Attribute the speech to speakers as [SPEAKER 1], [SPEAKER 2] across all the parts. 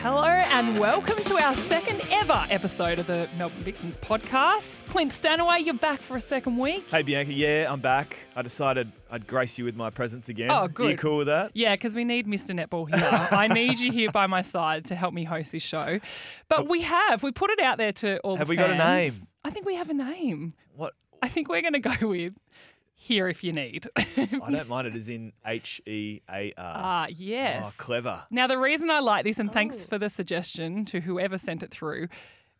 [SPEAKER 1] Hello and welcome to our second ever episode of the Melbourne Vixens podcast. Clint Stanaway, you're back for a second week.
[SPEAKER 2] Hey Bianca, yeah, I'm back. I decided I'd grace you with my presence again.
[SPEAKER 1] Oh,
[SPEAKER 2] Are
[SPEAKER 1] good.
[SPEAKER 2] you cool with that?
[SPEAKER 1] Yeah, because we need Mr. Netball here. I need you here by my side to help me host this show. But we have. We put it out there to all
[SPEAKER 2] Have
[SPEAKER 1] the
[SPEAKER 2] we got a
[SPEAKER 1] fans.
[SPEAKER 2] name?
[SPEAKER 1] I think we have a name.
[SPEAKER 2] What?
[SPEAKER 1] I think we're going to go with Here If You Need.
[SPEAKER 2] I don't mind it. Is in H E A R.
[SPEAKER 1] Ah, yes.
[SPEAKER 2] Oh, clever.
[SPEAKER 1] Now, the reason I like this, and thanks for the suggestion to whoever sent it through,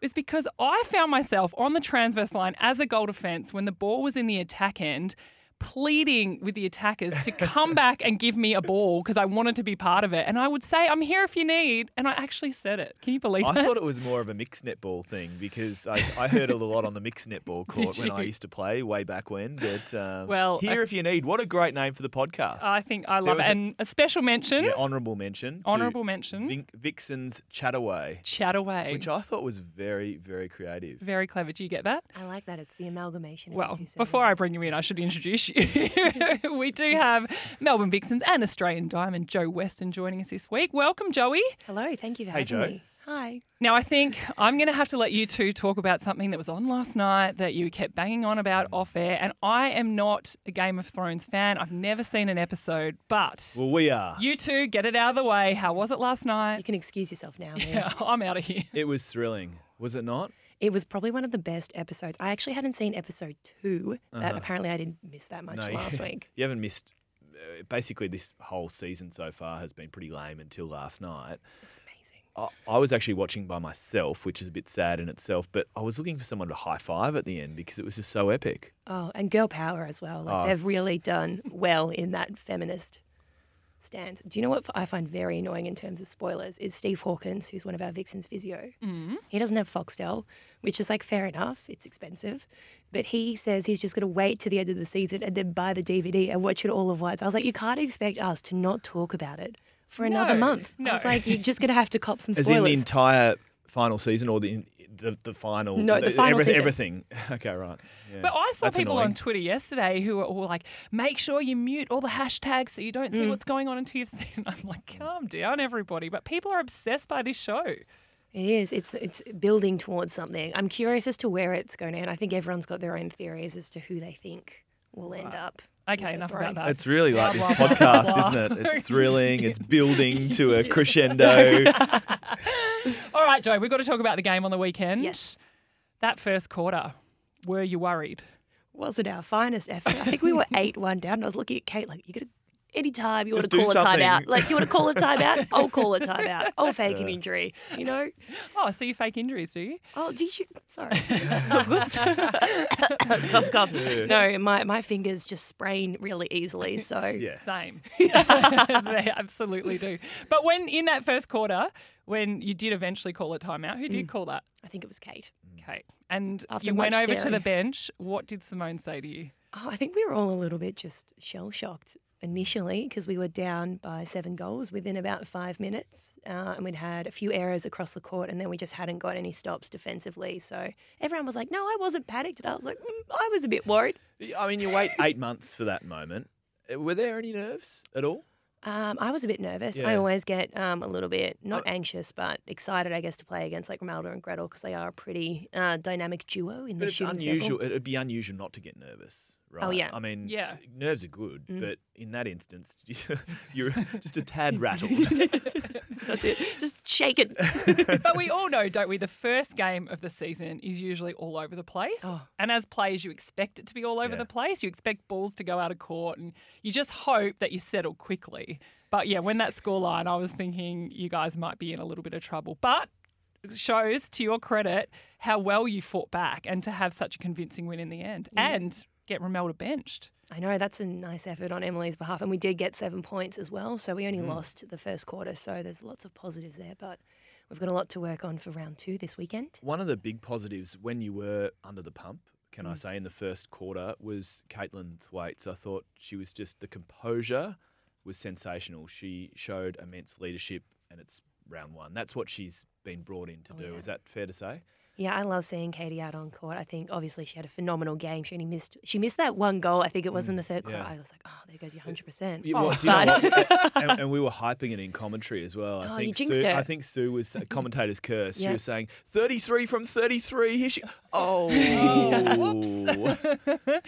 [SPEAKER 1] is because I found myself on the transverse line as a goal defence when the ball was in the attack end, pleading with the attackers to come back and give me a ball because I wanted to be part of it. And I would say, I'm here if you need. And I actually said it. Can you believe
[SPEAKER 2] I
[SPEAKER 1] that?
[SPEAKER 2] thought it was more of a mixed netball thing because I, I heard it a lot on the mixed netball court when I
[SPEAKER 1] you?
[SPEAKER 2] used to play way back when. But um,
[SPEAKER 1] Well,
[SPEAKER 2] here if you need. What a great name for the podcast.
[SPEAKER 1] I think I love it.
[SPEAKER 2] was a-
[SPEAKER 1] And a special mention,
[SPEAKER 2] yeah, honourable mention. to
[SPEAKER 1] honourable mention,
[SPEAKER 2] Vin- Vixen's Chataway,
[SPEAKER 1] chat away.
[SPEAKER 2] which I thought was very, very creative.
[SPEAKER 1] Very clever. Do you get that?
[SPEAKER 3] I like that. It's the amalgamation.
[SPEAKER 1] Well,
[SPEAKER 3] of the two
[SPEAKER 1] before I
[SPEAKER 3] surnames.
[SPEAKER 1] bring you in, I should introduce you. we do have Melbourne Vixens and Australian Diamond Joe Weston joining us this week. Welcome, Joey.
[SPEAKER 3] Hello, thank you for
[SPEAKER 2] Hey,
[SPEAKER 3] having
[SPEAKER 2] Jo.
[SPEAKER 3] me. Hi.
[SPEAKER 1] Now, I think I'm going to have to let you two talk about something that was on last night that you kept banging on about off air. And I am not a Game of Thrones fan. I've never seen an episode, but
[SPEAKER 2] Well, we are.
[SPEAKER 1] you two get it out of the way. How was it last
[SPEAKER 3] You
[SPEAKER 1] night?
[SPEAKER 3] can excuse yourself now. man.
[SPEAKER 1] Yeah, I'm out of here.
[SPEAKER 2] It was thrilling, was it not?
[SPEAKER 3] It was probably one of the best episodes. I actually hadn't seen episode two. That apparently I didn't miss that much
[SPEAKER 2] Uh-huh. you-
[SPEAKER 3] last week.
[SPEAKER 2] You haven't missed. Uh, basically, this whole season so far has been pretty lame until last night.
[SPEAKER 3] It was amazing.
[SPEAKER 2] I, I was actually watching by myself, which is a bit sad in itself, but I was looking for someone to high five at the end because it was just so epic.
[SPEAKER 3] Oh, and girl power as well.
[SPEAKER 2] Ah.
[SPEAKER 3] Like they've really done well in that feminist stance. Do you know what I find very annoying in terms of spoilers is Steve Hawkins, who's one of our Vixen's physio.
[SPEAKER 1] Mm-hmm.
[SPEAKER 3] Mm. He doesn't have Foxtel, which is like fair enough. It's expensive, but he says he's just going to wait to the end of the season and then buy the DVD and watch it all at once. I was like, you can't expect us to not talk about it for another
[SPEAKER 1] No,
[SPEAKER 3] month. I was
[SPEAKER 1] no.
[SPEAKER 3] like, you're just going to have to cop some
[SPEAKER 2] As
[SPEAKER 3] spoilers.
[SPEAKER 2] in the entire final season or the the, the final?
[SPEAKER 3] No, the final
[SPEAKER 2] everyth-
[SPEAKER 3] season.
[SPEAKER 2] Everything. Okay, right. Yeah.
[SPEAKER 1] But I saw
[SPEAKER 2] That's
[SPEAKER 1] people on
[SPEAKER 2] annoying.
[SPEAKER 1] Twitter yesterday who were all like, make sure you mute all the hashtags so you don't
[SPEAKER 3] Mm.
[SPEAKER 1] see what's going on until you've seen. I'm like, calm down, everybody. But people are obsessed by this show.
[SPEAKER 3] It is. It's it's building towards something. I'm curious as to where it's going, and I think everyone's got their own theories as to who they think will end up.
[SPEAKER 1] Okay,
[SPEAKER 3] with the
[SPEAKER 1] enough
[SPEAKER 3] throne.
[SPEAKER 1] about that.
[SPEAKER 2] It's really like this
[SPEAKER 1] Blah, blah, blah,
[SPEAKER 2] podcast,
[SPEAKER 1] blah.
[SPEAKER 2] isn't it? It's thrilling. It's building to a crescendo.
[SPEAKER 1] all right, Joe, we've got to talk about the game on the weekend.
[SPEAKER 3] Yes.
[SPEAKER 1] That first quarter, were you worried?
[SPEAKER 3] Wasn't our finest effort. I think we were eight one down. And I was looking at Kate like, you gotta anytime you want
[SPEAKER 2] Just
[SPEAKER 3] to
[SPEAKER 2] do
[SPEAKER 3] call a
[SPEAKER 2] something."
[SPEAKER 3] timeout. Like, do you want to call a timeout? I'll call a timeout. I'll fake an injury. You know?
[SPEAKER 1] Oh, so you fake injuries, do you?
[SPEAKER 3] Oh, did you? Sorry. Whoops. cough, cough.
[SPEAKER 2] Yeah.
[SPEAKER 3] No, my, my fingers just sprain really easily. So
[SPEAKER 2] Yeah.
[SPEAKER 1] Same. they absolutely do. But when in that first quarter, when you did eventually call a timeout, who did call that?
[SPEAKER 3] I think it was Kate.
[SPEAKER 1] Kate. And
[SPEAKER 3] Mm. After
[SPEAKER 1] you went
[SPEAKER 3] much
[SPEAKER 1] over
[SPEAKER 3] staring.
[SPEAKER 1] to the bench. What did Simone say to you?
[SPEAKER 3] Oh, I think we were all a little bit just shell shocked initially because we were down by seven goals within about five minutes. Uh, and we'd had a few errors across the court, and then we just hadn't got any stops defensively. So everyone was like, No, I wasn't panicked. And I was like, mm, I was a bit worried.
[SPEAKER 2] I mean, you wait eight months for that moment. Uh, Were there any nerves at all?
[SPEAKER 3] Um, I was a bit nervous. I
[SPEAKER 2] Yeah. Uh,
[SPEAKER 3] always get um, a little bit, not anxious, but excited, I guess, to play against like Romaldo and Gretel because they are a pretty uh, dynamic duo in
[SPEAKER 2] But
[SPEAKER 3] the
[SPEAKER 2] it's
[SPEAKER 3] shooting circle.
[SPEAKER 2] unusual. It'd be unusual not to get nervous, right?
[SPEAKER 3] yeah.
[SPEAKER 2] I mean,
[SPEAKER 1] Yeah.
[SPEAKER 2] nerves are good,
[SPEAKER 3] Mm.
[SPEAKER 2] but in that instance, you're just a tad rattled.
[SPEAKER 3] That's it. Just shake it.
[SPEAKER 1] but we all know, don't we? The first game of the season is usually all over the place.
[SPEAKER 3] Oh.
[SPEAKER 1] And as players, you expect it to be all over
[SPEAKER 2] Yeah.
[SPEAKER 1] the place. You expect balls to go out of court and you just hope that you settle quickly. But yeah, when that scoreline, I was thinking you guys might be in a little bit of trouble. But it shows, to your credit, how well you fought back and to have such a convincing win in the end and get Romelda benched.
[SPEAKER 3] I know that's a nice effort on Emily's behalf, and we did get seven points as well. So we only
[SPEAKER 2] Mm.
[SPEAKER 3] lost the first quarter, so there's lots of positives there. But we've got a lot to work on for round two this weekend.
[SPEAKER 2] One of the big positives when you were under the pump, can I say, in the first quarter was Caitlin Thwaites. I thought she was just the composure was sensational. She showed immense leadership, and it's round one. That's what she's been brought in to do. Is that fair to say?
[SPEAKER 3] Yeah, I love seeing Katie out on court. I think obviously she had a phenomenal game. She only missed she missed that one goal. I think it was in the third quarter.
[SPEAKER 2] Mm, yeah.
[SPEAKER 3] I was like, oh, there goes your hundred percent.
[SPEAKER 2] Yeah, well, do you know what? and, and we were hyping it in commentary as well. I
[SPEAKER 3] Oh, you
[SPEAKER 2] think
[SPEAKER 3] jinxed
[SPEAKER 2] Sue,
[SPEAKER 3] it.
[SPEAKER 2] I think Sue was a commentator's curse. She
[SPEAKER 3] Yeah.
[SPEAKER 2] was saying thirty three from thirty three. Here she. Oh,
[SPEAKER 1] Whoops. but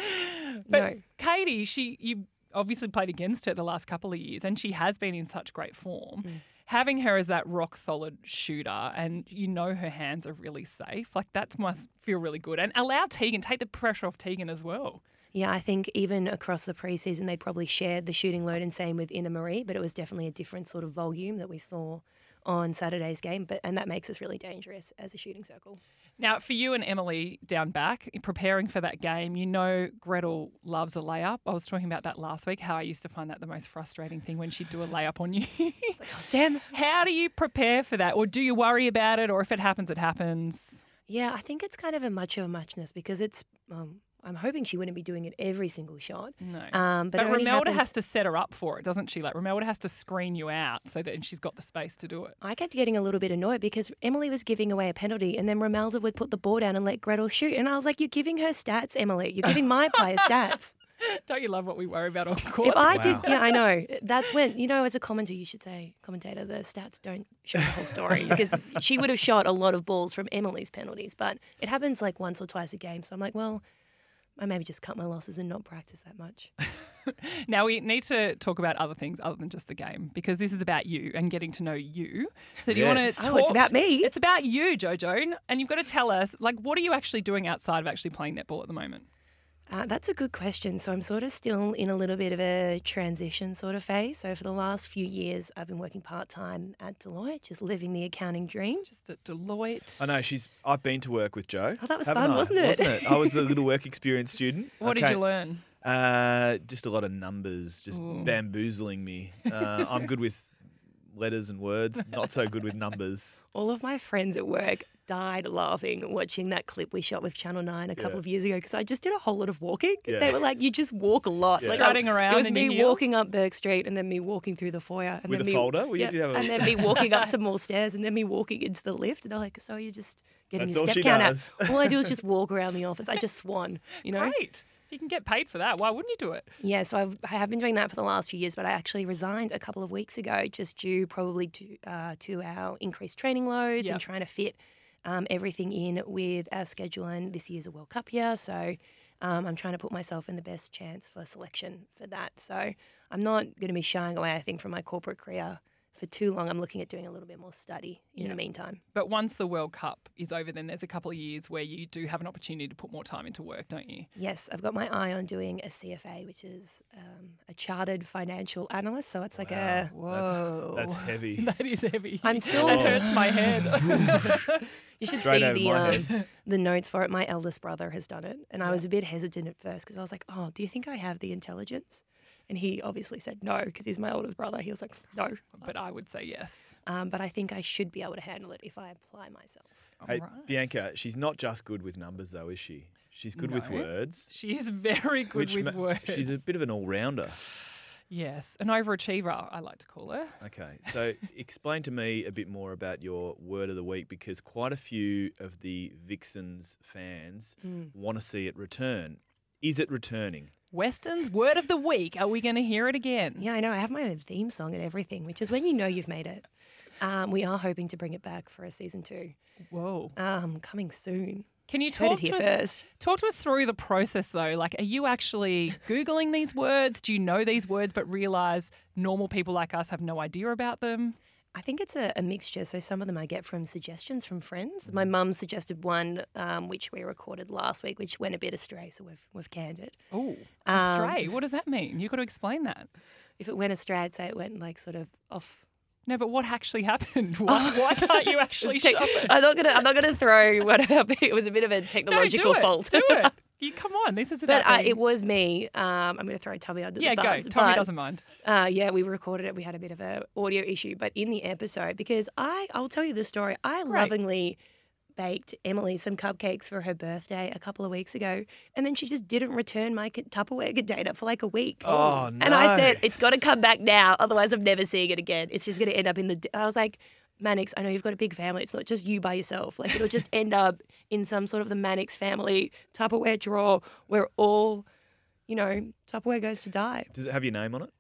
[SPEAKER 3] No.
[SPEAKER 1] Katie, she you obviously played against her the last couple of years, and she has been in such great form. Having her as that rock solid shooter, and you know her hands are really safe. Like that must feel really good, and allow Tegan take the pressure off Tegan as well.
[SPEAKER 3] Yeah, I think even across the preseason, they probably shared the shooting load and same with Inna Marie, but it was definitely a different sort of volume that we saw on Saturday's game. But and that makes us really dangerous as a shooting circle.
[SPEAKER 1] Now, for you and Emily down back, preparing for that game, you know Gretel loves a layup. I was talking about that last week, how I used to find that the most frustrating thing when she'd do a layup on you.
[SPEAKER 3] "Oh, Damn.
[SPEAKER 1] how do you prepare for that? Or do you worry about it? Or if it happens, it happens?
[SPEAKER 3] Yeah, I think it's kind of a much of a muchness because it's. Um, I'm hoping she wouldn't be doing it every single shot.
[SPEAKER 1] No.
[SPEAKER 3] Um, but
[SPEAKER 1] but
[SPEAKER 3] it only
[SPEAKER 1] Romelda
[SPEAKER 3] happens-
[SPEAKER 1] has to set her up for it, doesn't she? Like Romelda has to screen you out so that and she's got the space to do it.
[SPEAKER 3] I kept getting a little bit annoyed because Emily was giving away a penalty and then Romelda would put the ball down and let Gretel shoot. And I was like, You're giving her stats, Emily. You're giving my player stats.
[SPEAKER 1] Don't you love what we worry about on court?
[SPEAKER 3] If I did,
[SPEAKER 2] Wow.
[SPEAKER 3] yeah, I know. That's when, you know, as a commenter, you should say, commentator, the stats don't show the whole story because she would have shot a lot of balls from Emily's penalties. But it happens like once or twice a game. So I'm like, Well, I maybe just cut my losses and not practice that much.
[SPEAKER 1] Now we need to talk about other things other than just the game because this is about you and getting to know you. So do you want to
[SPEAKER 2] Yes.
[SPEAKER 1] talk?
[SPEAKER 3] Oh, it's about me?
[SPEAKER 1] It's about you, Jojo, and you've got to tell us like what are you actually doing outside of actually playing netball at the moment?
[SPEAKER 3] Uh, that's a good question. So I'm sort of still in a little bit of a transition sort of phase. So for the last few years, I've been working part time at Deloitte, just living the accounting dream.
[SPEAKER 1] Just at Deloitte.
[SPEAKER 2] I know she's. I've been to work with Joe.
[SPEAKER 3] Oh, that was
[SPEAKER 2] haven't
[SPEAKER 3] fun,
[SPEAKER 2] I?
[SPEAKER 3] wasn't it?
[SPEAKER 2] Wasn't it? I was a little work experience student.
[SPEAKER 1] What did
[SPEAKER 2] Okay.
[SPEAKER 1] you learn?
[SPEAKER 2] Uh, just a lot of numbers, just
[SPEAKER 1] Ooh.
[SPEAKER 2] bamboozling me. Uh, I'm good with letters and words, not so good with numbers.
[SPEAKER 3] All of my friends at work died laughing watching that clip we shot with Channel 9 a couple
[SPEAKER 2] Yeah.
[SPEAKER 3] of years ago because I just did a whole lot of walking.
[SPEAKER 2] Yeah.
[SPEAKER 3] They were like, you just walk a lot.
[SPEAKER 2] Yeah.
[SPEAKER 3] Like,
[SPEAKER 1] Strutting
[SPEAKER 3] I-
[SPEAKER 1] around
[SPEAKER 3] It was
[SPEAKER 1] in
[SPEAKER 3] me
[SPEAKER 1] your heels?
[SPEAKER 3] walking up Burke Street and then me walking through the foyer. And
[SPEAKER 2] With
[SPEAKER 3] then
[SPEAKER 2] a
[SPEAKER 3] me,
[SPEAKER 2] folder? Well, you
[SPEAKER 3] yeah,
[SPEAKER 2] did have a-
[SPEAKER 3] and then me walking up some more stairs and then me walking into the lift. And they're like, so you're just getting
[SPEAKER 2] That's
[SPEAKER 3] your
[SPEAKER 2] all
[SPEAKER 3] step
[SPEAKER 2] she
[SPEAKER 3] count
[SPEAKER 2] does.
[SPEAKER 3] out. All I do is just walk around the office. I just swan, you know?
[SPEAKER 1] Great. If you can get paid for that, why wouldn't you do it?
[SPEAKER 3] Yeah, so I've, I have been doing that for the last few years, but I actually resigned a couple of weeks ago, just due probably to uh, to our increased training loads
[SPEAKER 1] Yep.
[SPEAKER 3] and trying to fit um, everything in with our schedule. And this year's a World Cup year, so um, I'm trying to put myself in the best chance for selection for that. So I'm not going to be shying away, I think, from my corporate career for too long. I'm looking at doing a little bit more study in the meantime.
[SPEAKER 1] But once the World Cup is over, then there's a couple of years where you do have an opportunity to put more time into work, don't you?
[SPEAKER 3] Yes, I've got my eye on doing a CFA, which is um, a chartered financial analyst. So it's like a
[SPEAKER 1] Whoa.
[SPEAKER 2] Uh, That's heavy.
[SPEAKER 1] That is heavy.
[SPEAKER 3] I'm still-
[SPEAKER 1] That hurts my head.
[SPEAKER 3] You should
[SPEAKER 2] Straight
[SPEAKER 3] see
[SPEAKER 2] over
[SPEAKER 3] the
[SPEAKER 2] my
[SPEAKER 3] um, the notes for it. My eldest brother has done it, and I was a bit hesitant at first because I was like, "Oh, do you think I have the intelligence?" And he obviously said no because he's my oldest brother. He was like, "No,"
[SPEAKER 1] but I would say yes.
[SPEAKER 3] um, but I think I should be able to handle it if I apply myself.
[SPEAKER 2] Hey,
[SPEAKER 1] All right.
[SPEAKER 2] Bianca, she's not just good with numbers, though, is she? She's good with
[SPEAKER 1] No.
[SPEAKER 2] words.
[SPEAKER 1] She is very good
[SPEAKER 2] which
[SPEAKER 1] with
[SPEAKER 2] ma-
[SPEAKER 1] words.
[SPEAKER 2] She's a bit of an all rounder.
[SPEAKER 1] yes, an overachiever, I like to call her.
[SPEAKER 2] Okay, so explain to me a bit more about your word of the week because quite a few of the Vixens fans
[SPEAKER 1] Mm.
[SPEAKER 2] want to see it return. Is it returning?
[SPEAKER 1] Weston's word of the week. Are we going to hear it again?
[SPEAKER 3] Yeah, I know. I have my own theme song and everything, which is when you know you've made it. Um, we are hoping to bring it back for a season two,
[SPEAKER 1] Whoa.
[SPEAKER 3] um, coming soon.
[SPEAKER 1] Can you
[SPEAKER 3] Heard
[SPEAKER 1] talk
[SPEAKER 3] it
[SPEAKER 1] to
[SPEAKER 3] here
[SPEAKER 1] us?
[SPEAKER 3] first.
[SPEAKER 1] Talk to us through the process though. Like, are you actually googling these words? Do you know these words but realize normal people like us have no idea about them?
[SPEAKER 3] I think it's a, a mixture. So some of them I get from suggestions from friends.
[SPEAKER 1] Mm-hmm.
[SPEAKER 3] My mum suggested one um, which we recorded last week, which went a bit astray, so we've we've canned it.
[SPEAKER 1] Oh,
[SPEAKER 3] Um,
[SPEAKER 1] astray. What does that mean? You've got to explain that.
[SPEAKER 3] If it went astray, I'd say it went like sort of off.
[SPEAKER 1] No, but what actually happened? Why,
[SPEAKER 3] Oh.
[SPEAKER 1] why can't you actually
[SPEAKER 3] Tec-
[SPEAKER 1] shove it?
[SPEAKER 3] I'm not gonna I'm not gonna throw what happened. It was a bit of a
[SPEAKER 1] No, do
[SPEAKER 3] technological
[SPEAKER 1] it.
[SPEAKER 3] fault.
[SPEAKER 1] Do it. You come on. This is about.
[SPEAKER 3] But uh,
[SPEAKER 1] being-
[SPEAKER 3] it was me. Um, I'm going to throw Tommy under
[SPEAKER 1] yeah, go.
[SPEAKER 3] the bus.
[SPEAKER 1] Tommy
[SPEAKER 3] but-
[SPEAKER 1] doesn't mind.
[SPEAKER 3] Uh, yeah, we recorded it. We had a bit of a audio issue, but in the episode, because I, I'll tell you the story. I lovingly baked Emily some cupcakes for her birthday a couple of weeks ago, and then she just didn't return my c- Tupperware container for like a week.
[SPEAKER 2] Oh,
[SPEAKER 3] And I
[SPEAKER 2] no.
[SPEAKER 3] said, it's got to come back now, otherwise I'm never seeing it again. It's just going to end up in the. d-" I was like. Mannix, I know you've got a big family. It's not just you by yourself. Like it'll just end up in some sort of the Mannix family Tupperware drawer where all, you know, Tupperware goes to die.
[SPEAKER 2] Does it have your name on it?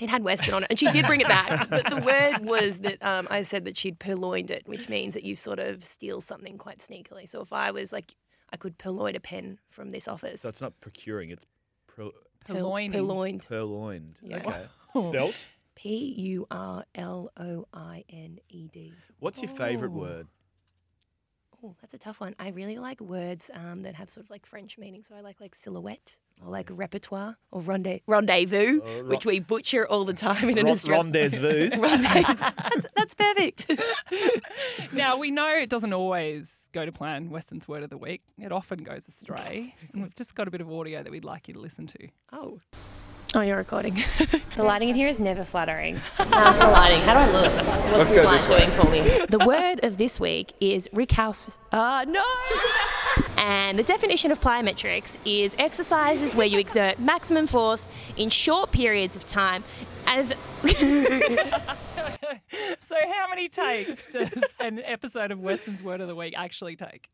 [SPEAKER 3] It had Western on it, and she did bring it back. but the word was that um, I said that she'd purloined it, which means that you sort of steal something quite sneakily. So if I was like, I could purloin a pen from this office.
[SPEAKER 2] So it's not procuring, it's pro-
[SPEAKER 3] Purloined.
[SPEAKER 1] Purloining.
[SPEAKER 3] Purloined.
[SPEAKER 2] purloined.
[SPEAKER 3] Yeah.
[SPEAKER 2] Okay.
[SPEAKER 1] Oh.
[SPEAKER 2] Spelt?
[SPEAKER 3] P U R L O I N E D.
[SPEAKER 2] What's your favourite
[SPEAKER 1] Oh.
[SPEAKER 2] word?
[SPEAKER 3] Oh, that's a tough one. I really like words um, that have sort of like French meaning. So I like like silhouette or like repertoire or ronde- rendezvous,
[SPEAKER 2] Oh, ro-
[SPEAKER 3] which we butcher all the time in an
[SPEAKER 2] Ro-
[SPEAKER 3] Australian.
[SPEAKER 2] rendezvous.
[SPEAKER 3] that's, that's perfect.
[SPEAKER 1] Now, we know it doesn't always go to plan, Weston's word of the week. It often goes astray. and we've just got a bit of audio that we'd like you to listen to.
[SPEAKER 3] oh. Oh, you're recording.
[SPEAKER 4] The lighting in here is never flattering. How's the lighting? How do I look? What's this light doing for me? The word of this week is recalcitrant. Uh, no! And the definition of plyometrics is exercises where you exert maximum force in short periods of time as
[SPEAKER 1] So, how many takes does an episode of Weston's word of the week actually take?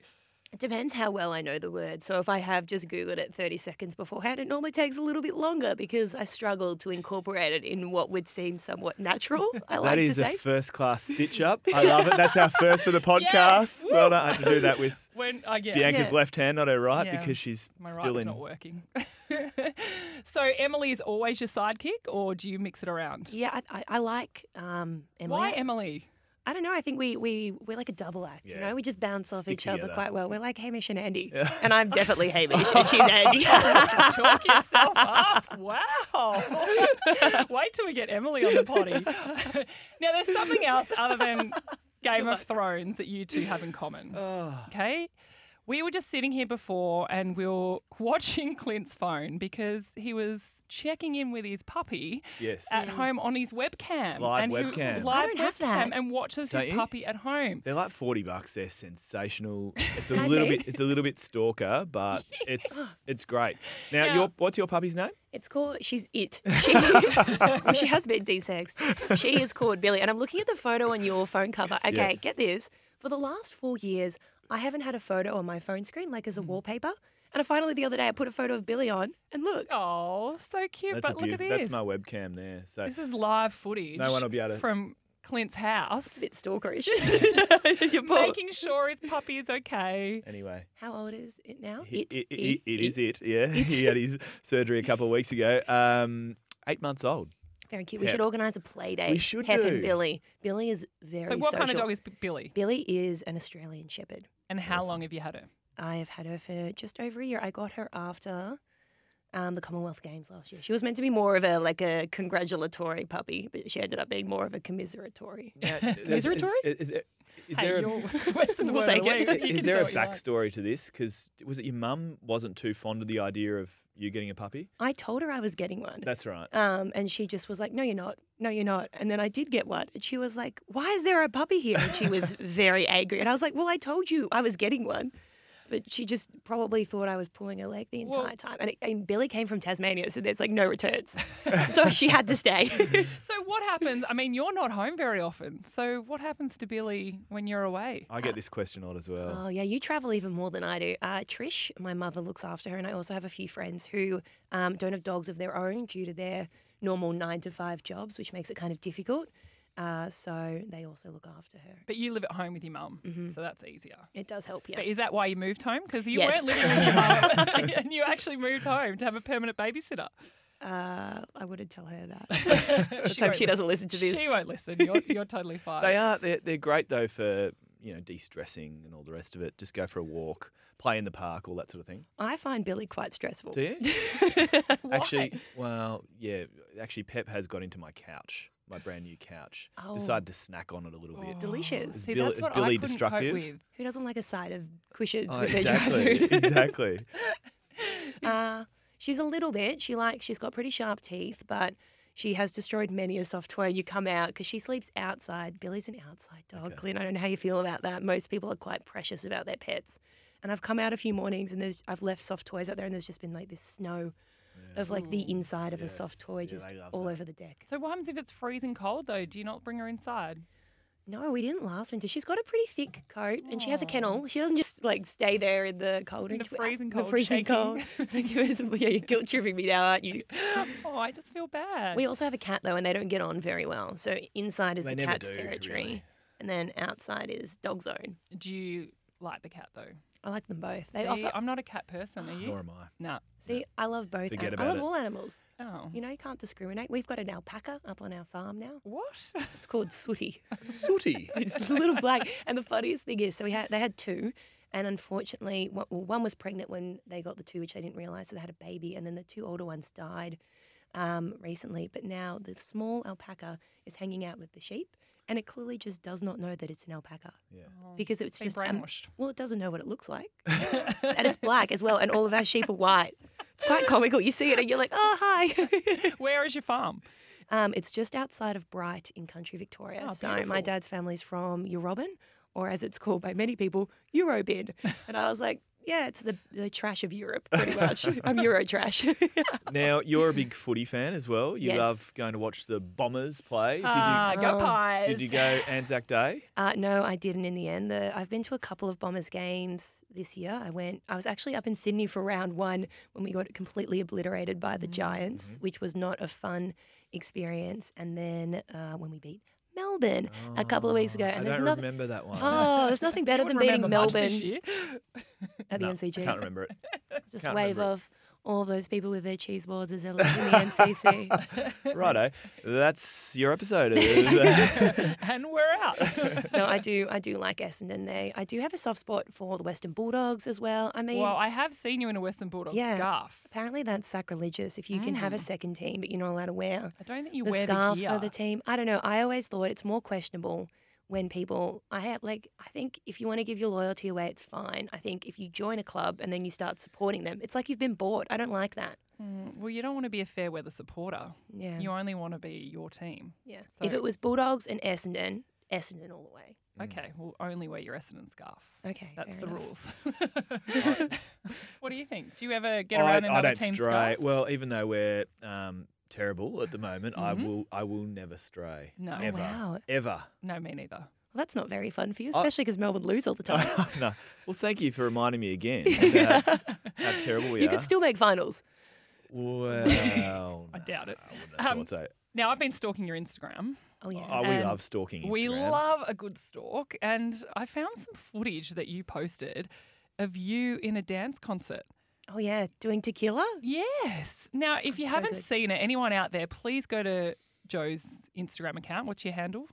[SPEAKER 3] It depends how well I know the word. So if I have just Googled it 30 seconds beforehand, it normally takes a little bit longer because I struggle to incorporate it in what would seem somewhat natural. I like
[SPEAKER 2] That
[SPEAKER 3] to
[SPEAKER 2] is
[SPEAKER 3] say.
[SPEAKER 2] a first class stitch up. I love it. That's our first for the podcast.
[SPEAKER 1] Woo.
[SPEAKER 2] Well done. I had to do that with
[SPEAKER 1] When I get
[SPEAKER 2] Bianca's
[SPEAKER 3] Yeah.
[SPEAKER 2] left hand, not her right,
[SPEAKER 1] Yeah.
[SPEAKER 2] because she's
[SPEAKER 1] my
[SPEAKER 2] still
[SPEAKER 1] right's
[SPEAKER 2] in.
[SPEAKER 1] not working. so, Emily is always your sidekick, or do you mix it around?
[SPEAKER 3] yeah, I, I, I like um, Emily.
[SPEAKER 1] Why Emily?
[SPEAKER 3] I don't know. I think we we we're like a double act. You
[SPEAKER 2] Yeah.
[SPEAKER 3] know, we just bounce off
[SPEAKER 2] Stick
[SPEAKER 3] each
[SPEAKER 2] together.
[SPEAKER 3] other quite well. We're like Hamish and Andy, and I'm definitely Hamish, and she's Andy.
[SPEAKER 1] Talk yourself up. Wow. Wait till we get Emily on the potty. now, there's something else other than Game of Thrones that you two have in common.
[SPEAKER 2] Oh,
[SPEAKER 1] Okay. We were just sitting here before and we were watching Clint's phone because he was checking in with his puppy
[SPEAKER 2] yes.
[SPEAKER 1] at home on his webcam.
[SPEAKER 2] Hmm. Live
[SPEAKER 1] and who-
[SPEAKER 2] webcam. I
[SPEAKER 1] Live
[SPEAKER 3] don't have that.
[SPEAKER 1] webcam and watches
[SPEAKER 2] Don't
[SPEAKER 1] his
[SPEAKER 2] you?
[SPEAKER 1] puppy at home.
[SPEAKER 2] They're like forty bucks. They're sensational. It's a
[SPEAKER 3] Can I
[SPEAKER 2] little
[SPEAKER 3] see?
[SPEAKER 2] bit. It's a little bit stalker, but it's it's great. Now,
[SPEAKER 1] Now-
[SPEAKER 2] your what's your puppy's name?
[SPEAKER 3] It's called. She's it. She, well, she has been desexed. She is called Billy, and I'm looking at the photo on your phone cover. Okay, get this. For the last four years, I haven't had a photo on my phone screen like as a wallpaper. And I finally the other day I put a photo of Billy on, and look,
[SPEAKER 1] Oh, so cute.
[SPEAKER 2] That's
[SPEAKER 1] but
[SPEAKER 2] a
[SPEAKER 1] look at
[SPEAKER 2] beaut-
[SPEAKER 1] this.
[SPEAKER 2] That's my webcam there. So
[SPEAKER 1] This is live footage.
[SPEAKER 2] No one will be able to-
[SPEAKER 1] from Clint's house,
[SPEAKER 3] a bit stalkerish. Your poor-
[SPEAKER 1] making sure his puppy is okay.
[SPEAKER 2] anyway,
[SPEAKER 3] How old is it now?
[SPEAKER 2] he-
[SPEAKER 3] It,
[SPEAKER 2] it- it- it is it. Yeah, he had his surgery a couple of weeks ago. Um, eight months old.
[SPEAKER 3] Very cute. We
[SPEAKER 2] Pep.
[SPEAKER 3] should organise a play date.
[SPEAKER 2] We should
[SPEAKER 3] Pep
[SPEAKER 2] do.
[SPEAKER 3] and Billy. Billy is very
[SPEAKER 1] So, what kind of
[SPEAKER 3] social.
[SPEAKER 1] dog is B- Billy?
[SPEAKER 3] Billy is an Australian Shepherd.
[SPEAKER 1] And how long have you had her?
[SPEAKER 3] I have had her for just over a year. I got her after um, the Commonwealth Games last year. She was meant to be more of a like a congratulatory puppy, but she ended up being more of a commiseratory.
[SPEAKER 2] Now, there's-
[SPEAKER 1] Miseratory?
[SPEAKER 2] Is, is, is, is
[SPEAKER 1] hey,
[SPEAKER 2] there a
[SPEAKER 1] you're Western
[SPEAKER 3] We'll
[SPEAKER 1] word of
[SPEAKER 3] take
[SPEAKER 1] the
[SPEAKER 3] it.
[SPEAKER 1] week. You
[SPEAKER 2] Is
[SPEAKER 1] can
[SPEAKER 2] there
[SPEAKER 1] say
[SPEAKER 2] a
[SPEAKER 1] what you like.
[SPEAKER 2] backstory to this? Because was it your mum wasn't too fond of the idea of you getting a puppy?
[SPEAKER 3] I told her I was getting one.
[SPEAKER 2] That's right.
[SPEAKER 3] Um, and she just was like, "No, you're not. No, you're not." And then I did get one, and she was like, "Why is there a puppy here?" And she was very angry. And I was like, "Well, I told you I was getting one." But she just probably thought I was pulling her leg the entire
[SPEAKER 1] Well-
[SPEAKER 3] time. And, it, and Billy came from Tasmania, so there's like no returns. so she had to stay.
[SPEAKER 1] So what happens? I mean, you're not home very often. So what happens to Billy when you're away?
[SPEAKER 2] I get this question a lot as well.
[SPEAKER 3] oh, yeah, you travel even more than I do. Uh, Trish, my mother, looks after her. And I also have a few friends who um, don't have dogs of their own due to their normal nine to five jobs, which makes it kind of difficult. Uh, so they also look after her.
[SPEAKER 1] But you live at home with your mum,
[SPEAKER 3] Mm-hmm.
[SPEAKER 1] so that's easier.
[SPEAKER 3] It does help, yeah.
[SPEAKER 1] But is that why you moved home? Because you
[SPEAKER 3] Yes.
[SPEAKER 1] weren't living with your mum, and you actually moved home to have a permanent babysitter.
[SPEAKER 3] Uh, I wouldn't tell her that. Let's hope she doesn't listen to this.
[SPEAKER 1] She won't listen. You're, you're totally fine.
[SPEAKER 2] They are. They're, they're great though for you know de-stressing and all the rest of it. Just go for a walk, play in the park, all that sort of thing.
[SPEAKER 3] I find Billy quite stressful.
[SPEAKER 2] Do you? Actually, well, yeah. Actually, Pep has got into my couch, my brand new couch.
[SPEAKER 3] Oh.
[SPEAKER 2] Decided to snack on it a little bit.
[SPEAKER 3] Delicious.
[SPEAKER 1] See,
[SPEAKER 2] Bill-
[SPEAKER 1] that's what
[SPEAKER 2] Billy
[SPEAKER 1] I couldn't
[SPEAKER 2] destructive?
[SPEAKER 1] cope with.
[SPEAKER 3] Who doesn't like a side of cushions
[SPEAKER 2] Oh,
[SPEAKER 3] with their dry
[SPEAKER 2] exactly.
[SPEAKER 3] food?
[SPEAKER 2] exactly.
[SPEAKER 3] uh, she's a little bit. She likes. She's got pretty sharp teeth, but she has destroyed many a soft toy. You come out because she sleeps outside. Billy's an outside dog. Clint, I don't know how you feel about that. Most people are quite precious about their pets. And I've come out a few mornings and there's I've left soft toys out there and there's just been like this snow of like
[SPEAKER 1] Hmm.
[SPEAKER 3] the inside of a soft toy
[SPEAKER 2] Yeah,
[SPEAKER 3] just
[SPEAKER 2] they love
[SPEAKER 3] all
[SPEAKER 2] that.
[SPEAKER 3] over the deck.
[SPEAKER 1] So what happens if it's freezing cold though? Do you not bring her inside?
[SPEAKER 3] No, we didn't last winter. She's got a pretty thick coat, and she has a kennel. She doesn't just like stay there in the cold.
[SPEAKER 1] In
[SPEAKER 3] and
[SPEAKER 1] the freezing cold,
[SPEAKER 3] The freezing cold.
[SPEAKER 1] shaking.
[SPEAKER 3] Thank you. yeah, you're guilt tripping me now, aren't you?
[SPEAKER 1] Oh, I just feel bad.
[SPEAKER 3] We also have a cat though, and they don't get on very well. So inside is
[SPEAKER 2] They
[SPEAKER 3] the
[SPEAKER 2] never
[SPEAKER 3] cat's
[SPEAKER 2] do,
[SPEAKER 3] territory,
[SPEAKER 2] really.
[SPEAKER 3] and then outside is dog zone.
[SPEAKER 1] Do you like the cat though?
[SPEAKER 3] I like them both. They
[SPEAKER 1] See,
[SPEAKER 3] offer.
[SPEAKER 1] I'm not a cat person. Are you?
[SPEAKER 2] Nor am I.
[SPEAKER 1] No.
[SPEAKER 3] see, I love both.
[SPEAKER 2] Forget
[SPEAKER 3] anim- I
[SPEAKER 2] about
[SPEAKER 3] love
[SPEAKER 2] it.
[SPEAKER 3] all animals.
[SPEAKER 1] Oh.
[SPEAKER 3] You know, you can't discriminate. We've got an alpaca up on our farm now.
[SPEAKER 1] What?
[SPEAKER 3] It's called Sooty.
[SPEAKER 2] Sooty.
[SPEAKER 3] It's a little black. And the funniest thing is, so we had they had two, and unfortunately, one, well, one was pregnant when they got the two, which they didn't realize, so they had a baby, and then the two older ones died um, recently. But now the small alpaca is hanging out with the sheep, and it clearly just does not know that it's an alpaca
[SPEAKER 2] Yeah.
[SPEAKER 3] because it's
[SPEAKER 1] Been
[SPEAKER 3] just um,
[SPEAKER 1] brainwashed.
[SPEAKER 3] well, it doesn't know what it looks like, and it's black as well, and all of our sheep are white. It's quite comical. You see it, and you're like, oh hi.
[SPEAKER 1] Where is your farm?
[SPEAKER 3] Um, it's just outside of Bright in country Victoria.
[SPEAKER 1] Oh,
[SPEAKER 3] so
[SPEAKER 1] beautiful.
[SPEAKER 3] my dad's family's from Eurobin, or as it's called by many people, Eurobin. And I was like, yeah, it's the, the trash of Europe, pretty much. I'm Euro trash.
[SPEAKER 2] Now you're a big footy fan as well. You
[SPEAKER 3] Yes.
[SPEAKER 2] love going to watch the Bombers play. Did you?
[SPEAKER 1] Ah, go
[SPEAKER 3] Oh.
[SPEAKER 1] pies.
[SPEAKER 2] did you go Anzac Day?
[SPEAKER 3] uh, no, I didn't in the end. The, I've been to a couple of Bombers games this year. I went, I was actually up in Sydney for round one when we got completely obliterated by
[SPEAKER 1] Mm-hmm.
[SPEAKER 3] the Giants, which was not a fun experience. And then uh, when we beat Melbourne a couple of weeks ago. And
[SPEAKER 2] I
[SPEAKER 3] there's
[SPEAKER 2] don't
[SPEAKER 3] nothing.
[SPEAKER 2] remember that one.
[SPEAKER 3] Oh, there's nothing better than
[SPEAKER 1] Wouldn't
[SPEAKER 3] beating
[SPEAKER 1] remember much
[SPEAKER 3] Melbourne
[SPEAKER 1] this year.
[SPEAKER 3] at the
[SPEAKER 2] No,
[SPEAKER 3] MCG.
[SPEAKER 2] I can't remember it.
[SPEAKER 3] Just
[SPEAKER 2] can't
[SPEAKER 3] wave
[SPEAKER 2] remember it.
[SPEAKER 3] of all of those people with their cheese boards as they're leaving the MCC.
[SPEAKER 2] Righto. That's your episode. of-
[SPEAKER 1] and we're out.
[SPEAKER 3] No, I do. I do like Essendon. They. I do have a soft spot for the Western Bulldogs as well. I mean,
[SPEAKER 1] well, I have seen you in a Western Bulldog
[SPEAKER 3] Yeah.
[SPEAKER 1] scarf.
[SPEAKER 3] apparently that's sacrilegious if you can have a second team, but you're not allowed to wear
[SPEAKER 1] I don't think Mm. you
[SPEAKER 3] the
[SPEAKER 1] wear
[SPEAKER 3] scarf
[SPEAKER 1] the gear.
[SPEAKER 3] for the team. I don't know. I always thought it's more questionable when people. I have like. I think if you want to give your loyalty away, it's fine. I think if you join a club and then you start supporting them, it's like you've been bought. I don't like that.
[SPEAKER 1] Mm, well, you don't want to be a fair weather supporter.
[SPEAKER 3] Yeah.
[SPEAKER 1] You only want to be your team.
[SPEAKER 3] Yeah.
[SPEAKER 1] So-
[SPEAKER 3] If it was Bulldogs and Essendon, Essendon all the way.
[SPEAKER 2] Mm.
[SPEAKER 1] Okay, well, only wear your Essendon scarf.
[SPEAKER 3] Okay.
[SPEAKER 1] That's
[SPEAKER 3] fair
[SPEAKER 1] the
[SPEAKER 3] enough.
[SPEAKER 1] rules. what do you think? Do you ever get
[SPEAKER 2] I,
[SPEAKER 1] around
[SPEAKER 2] I
[SPEAKER 1] another
[SPEAKER 2] don't
[SPEAKER 1] team's
[SPEAKER 2] stray.
[SPEAKER 1] scarf?
[SPEAKER 2] Well, even though we're um, terrible at the moment, I will. I will never stray.
[SPEAKER 1] No. Oh,
[SPEAKER 2] Ever.
[SPEAKER 3] Mm-hmm. wow.
[SPEAKER 2] Ever.
[SPEAKER 1] No, me neither.
[SPEAKER 3] Well, that's not very fun for you,
[SPEAKER 2] I-
[SPEAKER 3] especially because Melbourne lose all the time.
[SPEAKER 2] no. Well, thank you for reminding me again about how, terrible we
[SPEAKER 3] you
[SPEAKER 2] are.
[SPEAKER 3] could still make finals.
[SPEAKER 2] Well,
[SPEAKER 1] I doubt it.
[SPEAKER 2] I wouldn't have
[SPEAKER 1] Um,
[SPEAKER 2] thought so.
[SPEAKER 1] Now I've been stalking your Instagram.
[SPEAKER 3] Oh yeah.
[SPEAKER 2] Oh, we
[SPEAKER 1] and
[SPEAKER 2] love stalking.
[SPEAKER 1] We
[SPEAKER 2] Instagrams.
[SPEAKER 1] love a good stalk, and I found some footage that you posted of you in a dance concert.
[SPEAKER 3] oh yeah. Doing tequila.
[SPEAKER 1] Yes. Now, if you
[SPEAKER 3] Oh, so
[SPEAKER 1] haven't
[SPEAKER 3] good.
[SPEAKER 1] seen it, anyone out there, please go to Joe's Instagram account. What's your handle?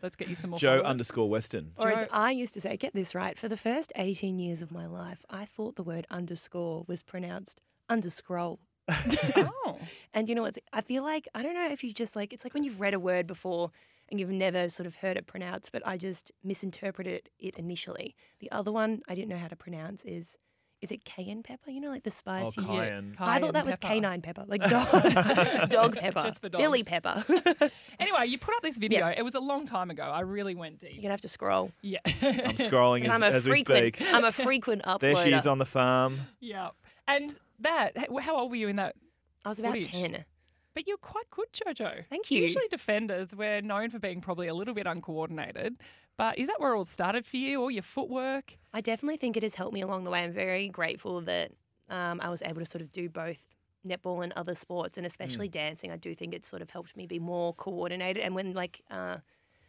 [SPEAKER 1] Let's get you some more.
[SPEAKER 2] Joe
[SPEAKER 1] followers.
[SPEAKER 2] underscore Weston.
[SPEAKER 3] Or as
[SPEAKER 1] Joe-
[SPEAKER 3] I used to say, get this right. For the first 18 years of my life, I thought the word underscore was pronounced underscroll.
[SPEAKER 1] Oh,
[SPEAKER 3] And you know what's? I feel like I don't know if you just like it's like when you've read a word before and you've never sort of heard it pronounced, but I just misinterpreted it initially. The other one I didn't know how to pronounce is is it cayenne pepper? You know, like the
[SPEAKER 2] Oh,
[SPEAKER 3] spice you use.
[SPEAKER 2] Kyan.
[SPEAKER 3] I
[SPEAKER 1] Cayenne
[SPEAKER 3] thought that was
[SPEAKER 1] pepper.
[SPEAKER 3] canine pepper, like dog, dog pepper,
[SPEAKER 1] Just for dogs.
[SPEAKER 3] Billy pepper. You're gonna
[SPEAKER 1] Anyway, you put up this video.
[SPEAKER 3] Yes.
[SPEAKER 1] It was a long time ago. I really went deep.
[SPEAKER 3] have to scroll.
[SPEAKER 1] Yeah.
[SPEAKER 2] I'm scrolling
[SPEAKER 3] 'Cause
[SPEAKER 2] as,
[SPEAKER 3] I'm a
[SPEAKER 2] as we
[SPEAKER 3] frequent.
[SPEAKER 2] speak.
[SPEAKER 3] I'm a frequent uploader.
[SPEAKER 2] There she is on the farm.
[SPEAKER 1] yeah. And that, h- how old were you in that?
[SPEAKER 3] I was about
[SPEAKER 1] footage.
[SPEAKER 3] ten.
[SPEAKER 1] But you're quite good, Jojo.
[SPEAKER 3] Thank you.
[SPEAKER 1] Usually, defenders, we're known for being probably a little bit uncoordinated. But is that where it all started for you? All your footwork?
[SPEAKER 3] I definitely think it has helped me along the way. I'm very grateful that um, I was able to sort of do both netball and other sports, and
[SPEAKER 2] Mm.
[SPEAKER 3] especially dancing. I do think it's sort of helped me be more coordinated. And when like uh,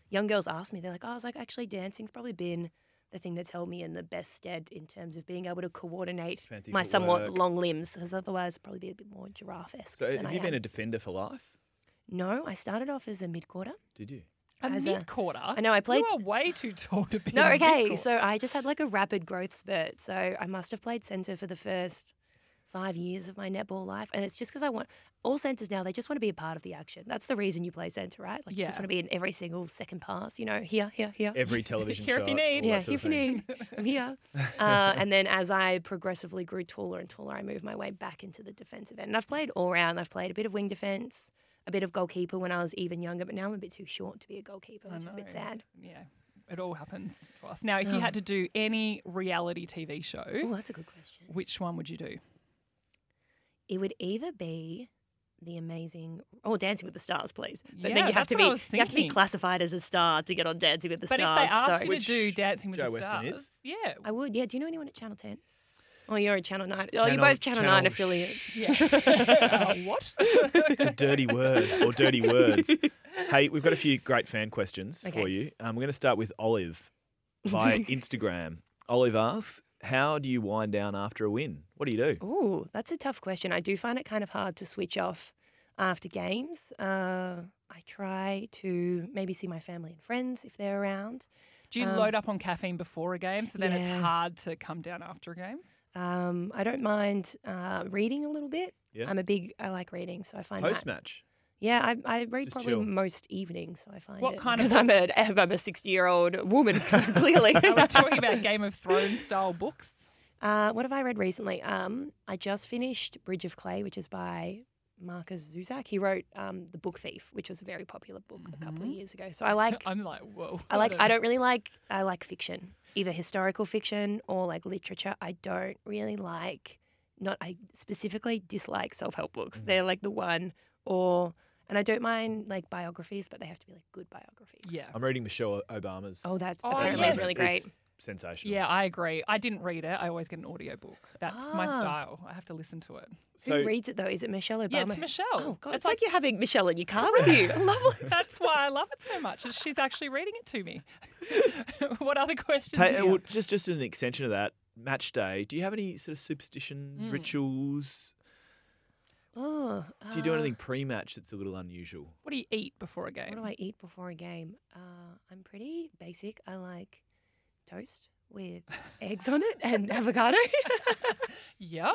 [SPEAKER 3] young girls ask me, they're like, "Oh, I was like, actually, dancing's probably been." The thing that's held me in the best stead in terms of being able to coordinate
[SPEAKER 2] Fancy
[SPEAKER 3] my somewhat
[SPEAKER 2] footwork.
[SPEAKER 3] long limbs, because otherwise I'd probably be a bit more giraffe esque.
[SPEAKER 2] So
[SPEAKER 3] than
[SPEAKER 2] have
[SPEAKER 3] I
[SPEAKER 2] you been
[SPEAKER 3] am.
[SPEAKER 2] a defender for life?
[SPEAKER 3] No, I started off as a mid quarter.
[SPEAKER 2] Did you?
[SPEAKER 1] A
[SPEAKER 3] As a-
[SPEAKER 1] mid quarter.
[SPEAKER 3] I know, I played-
[SPEAKER 1] You are way too tall to be.
[SPEAKER 3] No,
[SPEAKER 1] a
[SPEAKER 3] okay.
[SPEAKER 1] mid-quarter.
[SPEAKER 3] So I just had like a rapid growth spurt. So I must have played centre for the first five years of my netball life. And it's just because I want all centres now, they just want to be a part of the action. That's the reason you play centre, right? Like you
[SPEAKER 1] Yeah.
[SPEAKER 3] just want to be in every single second pass, you know, here, here, here.
[SPEAKER 2] Every television
[SPEAKER 1] Here
[SPEAKER 2] show.
[SPEAKER 1] if you need.
[SPEAKER 3] yeah, here if you need. I'm here. Uh, and then as I progressively grew taller and taller, I moved my way back into the defensive end. And I've played all round. I've played a bit of wing defence, a bit of goalkeeper when I was even younger, but now I'm a bit too short to be a goalkeeper, which is a bit
[SPEAKER 1] know.
[SPEAKER 3] sad.
[SPEAKER 1] Yeah, it all happens to us. Now, if you had to do any reality TV show,
[SPEAKER 3] Oh, that's a good question.
[SPEAKER 1] which one would you do?
[SPEAKER 3] It would either be the amazing oh Dancing with the Stars, please. But
[SPEAKER 1] Yeah,
[SPEAKER 3] then you have
[SPEAKER 1] that's
[SPEAKER 3] to
[SPEAKER 1] what
[SPEAKER 3] be
[SPEAKER 1] I was
[SPEAKER 3] you have to be
[SPEAKER 1] thinking.
[SPEAKER 3] classified as a star to get on Dancing with the
[SPEAKER 1] But if they
[SPEAKER 3] Stars.
[SPEAKER 1] asked
[SPEAKER 3] so
[SPEAKER 1] you to
[SPEAKER 2] Which
[SPEAKER 1] do Dancing with
[SPEAKER 2] Joe
[SPEAKER 1] the
[SPEAKER 2] Weston
[SPEAKER 1] Stars,
[SPEAKER 2] is.
[SPEAKER 1] yeah,
[SPEAKER 3] I would. Yeah. Do you know anyone at Channel Ten? Oh, you're at Channel Nine. oh, you're
[SPEAKER 2] Channel-
[SPEAKER 3] both Channel, Nine
[SPEAKER 2] Channel
[SPEAKER 3] affiliates.
[SPEAKER 1] yeah. Uh, what?
[SPEAKER 2] It's a dirty word or dirty words. Hey, we've got a few great fan questions for
[SPEAKER 3] Okay.
[SPEAKER 2] you. Um, we're going to start with Olive via Instagram. Olive asks, "How do you wind down after a win? What do you do?"
[SPEAKER 3] Ooh, that's a tough question. I do find it kind of hard to switch off after games. Uh, I try to maybe see my family and friends if they're around.
[SPEAKER 1] Do you
[SPEAKER 3] Um,
[SPEAKER 1] load up on caffeine before a game so then
[SPEAKER 3] yeah.
[SPEAKER 1] it's hard to come down after a game?
[SPEAKER 3] Um, I don't mind uh, reading a little bit.
[SPEAKER 2] Yeah.
[SPEAKER 3] I'm a big. I like reading, so I find that-
[SPEAKER 2] Post match.
[SPEAKER 3] Yeah, I, I read
[SPEAKER 2] Just
[SPEAKER 3] probably
[SPEAKER 2] chill.
[SPEAKER 3] most evenings. So I find
[SPEAKER 1] What
[SPEAKER 3] it,
[SPEAKER 1] kind of
[SPEAKER 3] because I'm a
[SPEAKER 1] books?
[SPEAKER 3] I'm a sixty year old woman clearly.
[SPEAKER 1] We're talking about Game of Thrones style books.
[SPEAKER 3] uh, what have I read recently? Um, I just finished Bridge of Clay, which is by Marcus Zuzak. He wrote um, the Book Thief, which was a very popular book a couple
[SPEAKER 1] Mm-hmm.
[SPEAKER 3] of years ago. So I like
[SPEAKER 1] I'm like, whoa.
[SPEAKER 3] I like I
[SPEAKER 1] know.
[SPEAKER 3] don't really like I like fiction, either historical fiction or like literature. I don't really like not I specifically dislike self-help books. They're like the one or and I don't mind like biographies, but they have to be like good biographies.
[SPEAKER 1] Yeah.
[SPEAKER 2] I'm reading Michelle Obama's.
[SPEAKER 3] Oh, that's
[SPEAKER 1] Oh,
[SPEAKER 3] apparently
[SPEAKER 1] yes.
[SPEAKER 3] it's really
[SPEAKER 2] It's
[SPEAKER 3] great.
[SPEAKER 2] sensational.
[SPEAKER 1] Yeah, I agree. I didn't read it. I always get an audiobook. That's my
[SPEAKER 3] Ah.
[SPEAKER 1] style. I have to listen to it.
[SPEAKER 2] So
[SPEAKER 3] Who reads it though? Is it Michelle Obama?
[SPEAKER 1] Yeah, it's Michelle.
[SPEAKER 3] Oh god,
[SPEAKER 1] It's
[SPEAKER 3] it's, like, you're having Michelle in your car with you. Lovely.
[SPEAKER 1] That's why I love it so much. is She's actually reading it to me. what other questions?
[SPEAKER 2] ta- uh,
[SPEAKER 1] do you
[SPEAKER 2] well,
[SPEAKER 1] have?
[SPEAKER 2] just just as an extension of that match day, do you have any sort of superstitions,
[SPEAKER 1] Hmm.
[SPEAKER 2] rituals?
[SPEAKER 3] Oh,
[SPEAKER 2] Do you do
[SPEAKER 3] uh,
[SPEAKER 1] Ah.
[SPEAKER 2] anything pre-match that's a little unusual?
[SPEAKER 1] What do you eat before a game?
[SPEAKER 3] What do I eat before a game? Uh, I'm pretty basic. I like toast with eggs on it and avocado.
[SPEAKER 1] Yep.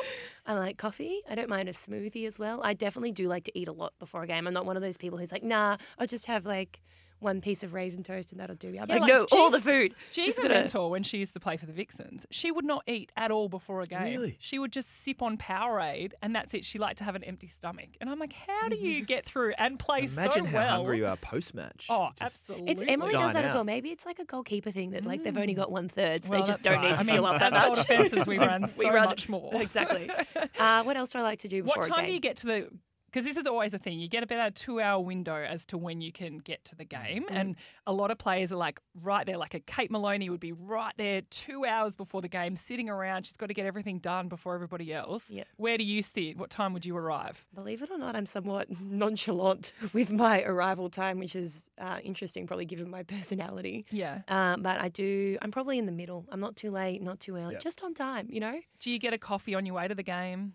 [SPEAKER 3] I like coffee. I don't mind a smoothie as well. I definitely do like to eat a lot before a game. I'm not one of those people who's like, nah, I'll just have like one piece of raisin toast and that'll do me. I'm
[SPEAKER 1] Yeah,
[SPEAKER 3] like,
[SPEAKER 1] like
[SPEAKER 3] no,
[SPEAKER 1] Jeeves-
[SPEAKER 3] all the food.
[SPEAKER 1] Jeeva
[SPEAKER 3] gotta-
[SPEAKER 1] Mentor, when she used to play for the Vixens, she would not eat at all before a game.
[SPEAKER 2] Really?
[SPEAKER 1] She would just sip on Powerade, and that's it. She liked to have an empty stomach. And I'm like, how do you get through and play
[SPEAKER 2] Imagine
[SPEAKER 1] so
[SPEAKER 2] how
[SPEAKER 1] well?
[SPEAKER 2] hungry you are post-match.
[SPEAKER 1] Oh,
[SPEAKER 2] Just-
[SPEAKER 1] absolutely.
[SPEAKER 3] It's Emily does
[SPEAKER 2] Dine
[SPEAKER 3] that as well.
[SPEAKER 2] out.
[SPEAKER 3] Maybe it's like a goalkeeper thing that like they've
[SPEAKER 1] Mm.
[SPEAKER 3] only got one third, so
[SPEAKER 1] Well,
[SPEAKER 3] they just
[SPEAKER 1] that's
[SPEAKER 3] don't need
[SPEAKER 1] right.
[SPEAKER 3] to
[SPEAKER 1] I mean,
[SPEAKER 3] feel up that
[SPEAKER 1] that's all
[SPEAKER 3] much.
[SPEAKER 1] defences we run so much more.
[SPEAKER 3] Exactly. Uh, what else do I like to do before
[SPEAKER 1] What
[SPEAKER 3] a
[SPEAKER 1] time
[SPEAKER 3] game?
[SPEAKER 1] do you get to the? Because this is always a thing. You get about a two-hour window as to when you can get
[SPEAKER 3] Mm,
[SPEAKER 1] to the game, and a lot of players are like right there. Like a Kate Maloney would be right there two hours before the game, sitting around. She's got to get everything done before everybody else.
[SPEAKER 3] Yep.
[SPEAKER 1] Where do you sit? What time would you arrive?
[SPEAKER 3] Believe it or not, I'm somewhat nonchalant with my arrival time, which is uh, interesting, probably given my personality.
[SPEAKER 1] Yeah.
[SPEAKER 3] Uh, but I do. I'm probably in the middle. I'm not too late, not too early,
[SPEAKER 2] Yeah.
[SPEAKER 3] just on time. You know.
[SPEAKER 1] Do you get a coffee on your way to the game?